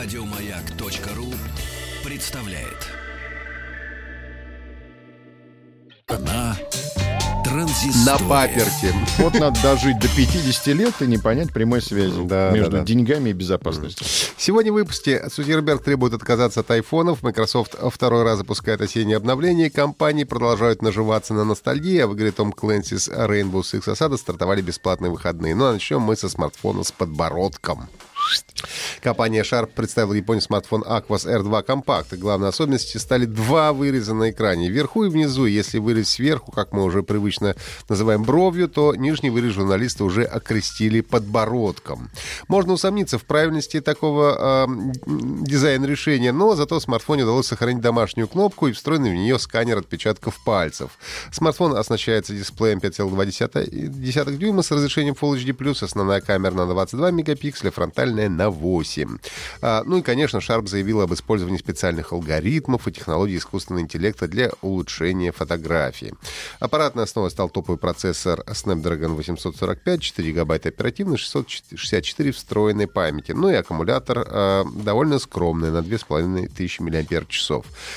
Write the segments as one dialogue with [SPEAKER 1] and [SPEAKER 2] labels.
[SPEAKER 1] Радиомаяк.ру представляет. На транзисторе.
[SPEAKER 2] На паперте.
[SPEAKER 3] Вот надо дожить до 50 лет и не понять прямой связи
[SPEAKER 2] Да,
[SPEAKER 3] между
[SPEAKER 2] да, да.
[SPEAKER 3] деньгами и безопасностью.
[SPEAKER 2] Сегодня в выпуске Цукерберг требует отказаться от айфонов, Microsoft второй раз запускает осеннее обновление, компании продолжают наживаться на ностальгии, а в игре Tom Clancy's Rainbow Six Asada стартовали бесплатные выходные. Ну а начнем мы со смартфона с подбородком. Компания Sharp представила Японии смартфон Aquas R2 Compact. Главной особенностью стали два выреза на экране. Вверху и внизу. Если вырез сверху, как мы уже привычно называем бровью, то нижний вырез журналисты уже окрестили подбородком. Можно усомниться в правильности такого а, дизайн решения, но зато в смартфоне удалось сохранить домашнюю кнопку и встроенный в нее сканер отпечатков пальцев. Смартфон оснащается дисплеем 5,2 дюйма с разрешением Full HD+, основная камера на 22 мегапикселя, фронтальная на 8. А, ну и, конечно, Sharp заявил об использовании специальных алгоритмов и технологий искусственного интеллекта для улучшения фотографии. Аппаратной основой стал топовый процессор Snapdragon 845, 4 гигабайта оперативной, 664 встроенной памяти. Ну и аккумулятор э, довольно скромный, на 2500 мАч.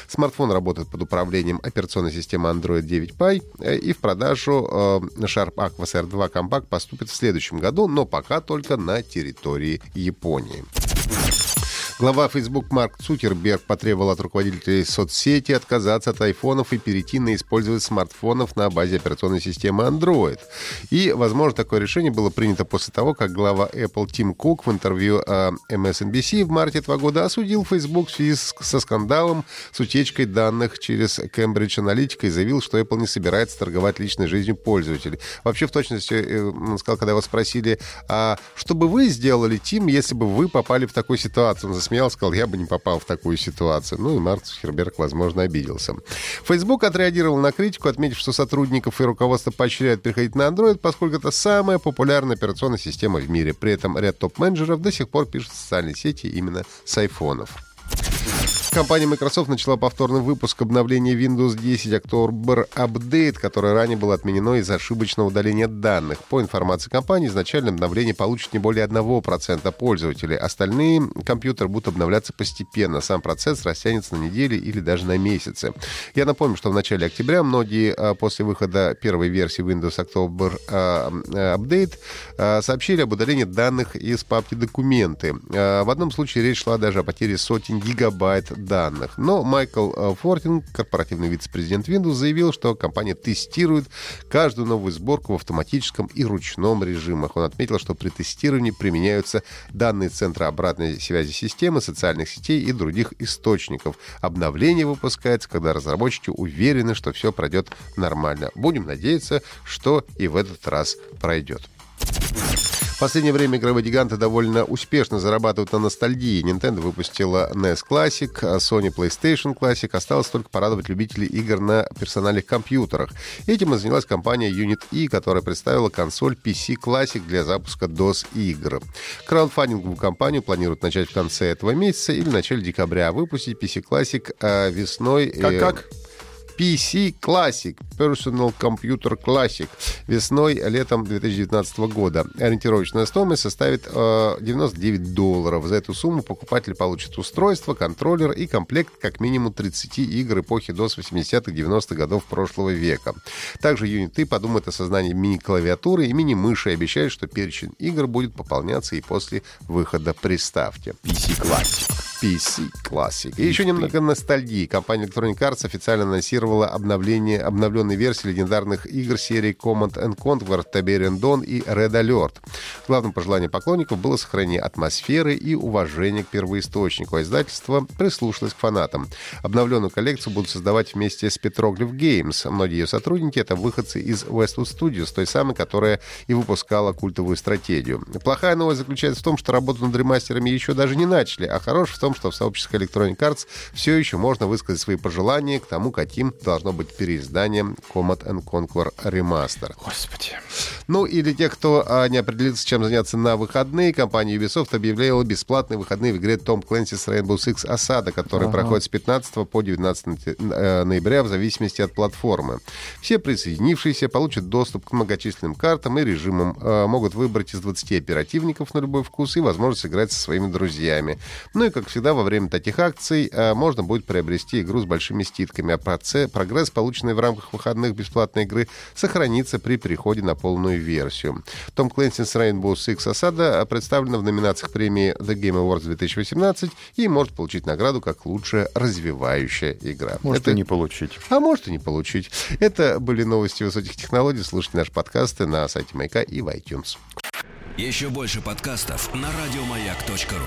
[SPEAKER 2] Смартфон работает под управлением операционной системы Android 9 Pie, э, и в продажу э, Sharp Aquas R2 Compact поступит в следующем году, но пока только на территории Японии. Глава Facebook Марк Цукерберг потребовал от руководителей соцсети отказаться от айфонов и перейти на использование смартфонов на базе операционной системы Android. И, возможно, такое решение было принято после того, как глава Apple Тим Кук в интервью э, MSNBC в марте этого года осудил Facebook в связи с- со скандалом с утечкой данных через Cambridge Analytica и заявил, что Apple не собирается торговать личной жизнью пользователей. Вообще, в точности, э, он сказал, когда его спросили, а что бы вы сделали, Тим, если бы вы попали в такую ситуацию? Он засмеялся, сказал, я бы не попал в такую ситуацию. Ну и Марк Цукерберг, возможно, обиделся. Facebook отреагировал на критику, отметив, что сотрудников и руководство поощряют переходить на Android, поскольку это самая популярная операционная система в мире. При этом ряд топ-менеджеров до сих пор пишут в социальные сети именно с айфонов. Компания Microsoft начала повторный выпуск обновления Windows 10 October Update, которое ранее было отменено из-за ошибочного удаления данных. По информации компании, изначально обновление получит не более 1% пользователей. Остальные компьютеры будут обновляться постепенно. Сам процесс растянется на недели или даже на месяцы. Я напомню, что в начале октября многие а, после выхода первой версии Windows October а, а, Update а, сообщили об удалении данных из папки «Документы». А, В одном случае речь шла даже о потере сотен гигабайт данных. Но Майкл а, Фортинг, корпоративный вице-президент Windows, заявил, что компания тестирует каждую новую сборку в автоматическом и ручном режимах. Он отметил, что при тестировании применяются данные центра обратной связи системы, социальных сетей и других источников. Обновление выпускается, когда разработчики уверены, что все пройдет нормально. Будем надеяться, что и в этот раз пройдет. В последнее время игровые гиганты довольно успешно зарабатывают на ностальгии. Nintendo выпустила NES Classic, а Sony PlayStation Classic. Осталось только порадовать любителей игр на персональных компьютерах. Этим и занялась компания Unit E, которая представила консоль PC Classic для запуска DOS игр. Краудфандинговую кампанию планируют начать в конце этого месяца или в начале декабря. а Выпустить PC Classic а, весной... э,
[SPEAKER 3] как?
[SPEAKER 2] PC Classic, Personal Computer Classic, весной, летом 2019 года. Ориентировочная стоимость составит э, 99 долларов. За эту сумму покупатель получит устройство, контроллер и комплект как минимум 30 игр эпохи DOS 80-х, 90-х годов прошлого века. Также юниты подумают о создании мини-клавиатуры и мини-мыши и обещают, что перечень игр будет пополняться и после выхода приставки.
[SPEAKER 3] PC Classic.
[SPEAKER 2] PC Classic. И еще немного ностальгии. Компания Electronic Arts официально анонсировала обновление, обновленной версии легендарных игр серии Command and Conquer, Tiberian Dawn и Red Alert. Главным пожеланием поклонников было сохранение атмосферы и уважение к первоисточнику, а издательство прислушалось к фанатам. Обновленную коллекцию будут создавать вместе с Petroglyph Games. Многие ее сотрудники — это выходцы из Westwood Studios, той самой, которая и выпускала культовую стратегию. Плохая новость заключается в том, что работу над ремастерами еще даже не начали, а хорош в том, том, что в сообществе Electronic Arts все еще можно высказать свои пожелания к тому, каким должно быть переиздание Command and Conquer Remaster.
[SPEAKER 3] Господи.
[SPEAKER 2] Ну, и для тех, кто а, не определится, чем заняться на выходные, компания Ubisoft объявляла бесплатные выходные в игре Tom Clancy's Rainbow Six Осада, который проходит с 15 по 19 на- э, ноября в зависимости от платформы. Все присоединившиеся получат доступ к многочисленным картам и режимам, э, могут выбрать из 20 оперативников на любой вкус и возможность играть со своими друзьями. Ну и, как всегда, во время таких акций э, можно будет приобрести игру с большими скидками, а проце- прогресс, полученный в рамках выходных бесплатной игры, сохранится при переходе на полную версию. Том Клэнсис Rainbow Six Осада представлена в номинациях премии The Game Awards 2018 и может получить награду как лучшая развивающая игра.
[SPEAKER 3] Может
[SPEAKER 2] Это-
[SPEAKER 3] и не получить.
[SPEAKER 2] а может и не получить. Это были новости высоких технологий. Слушайте наши подкасты на сайте Маяка и в iTunes.
[SPEAKER 1] Еще больше подкастов на радиомаяк.ру.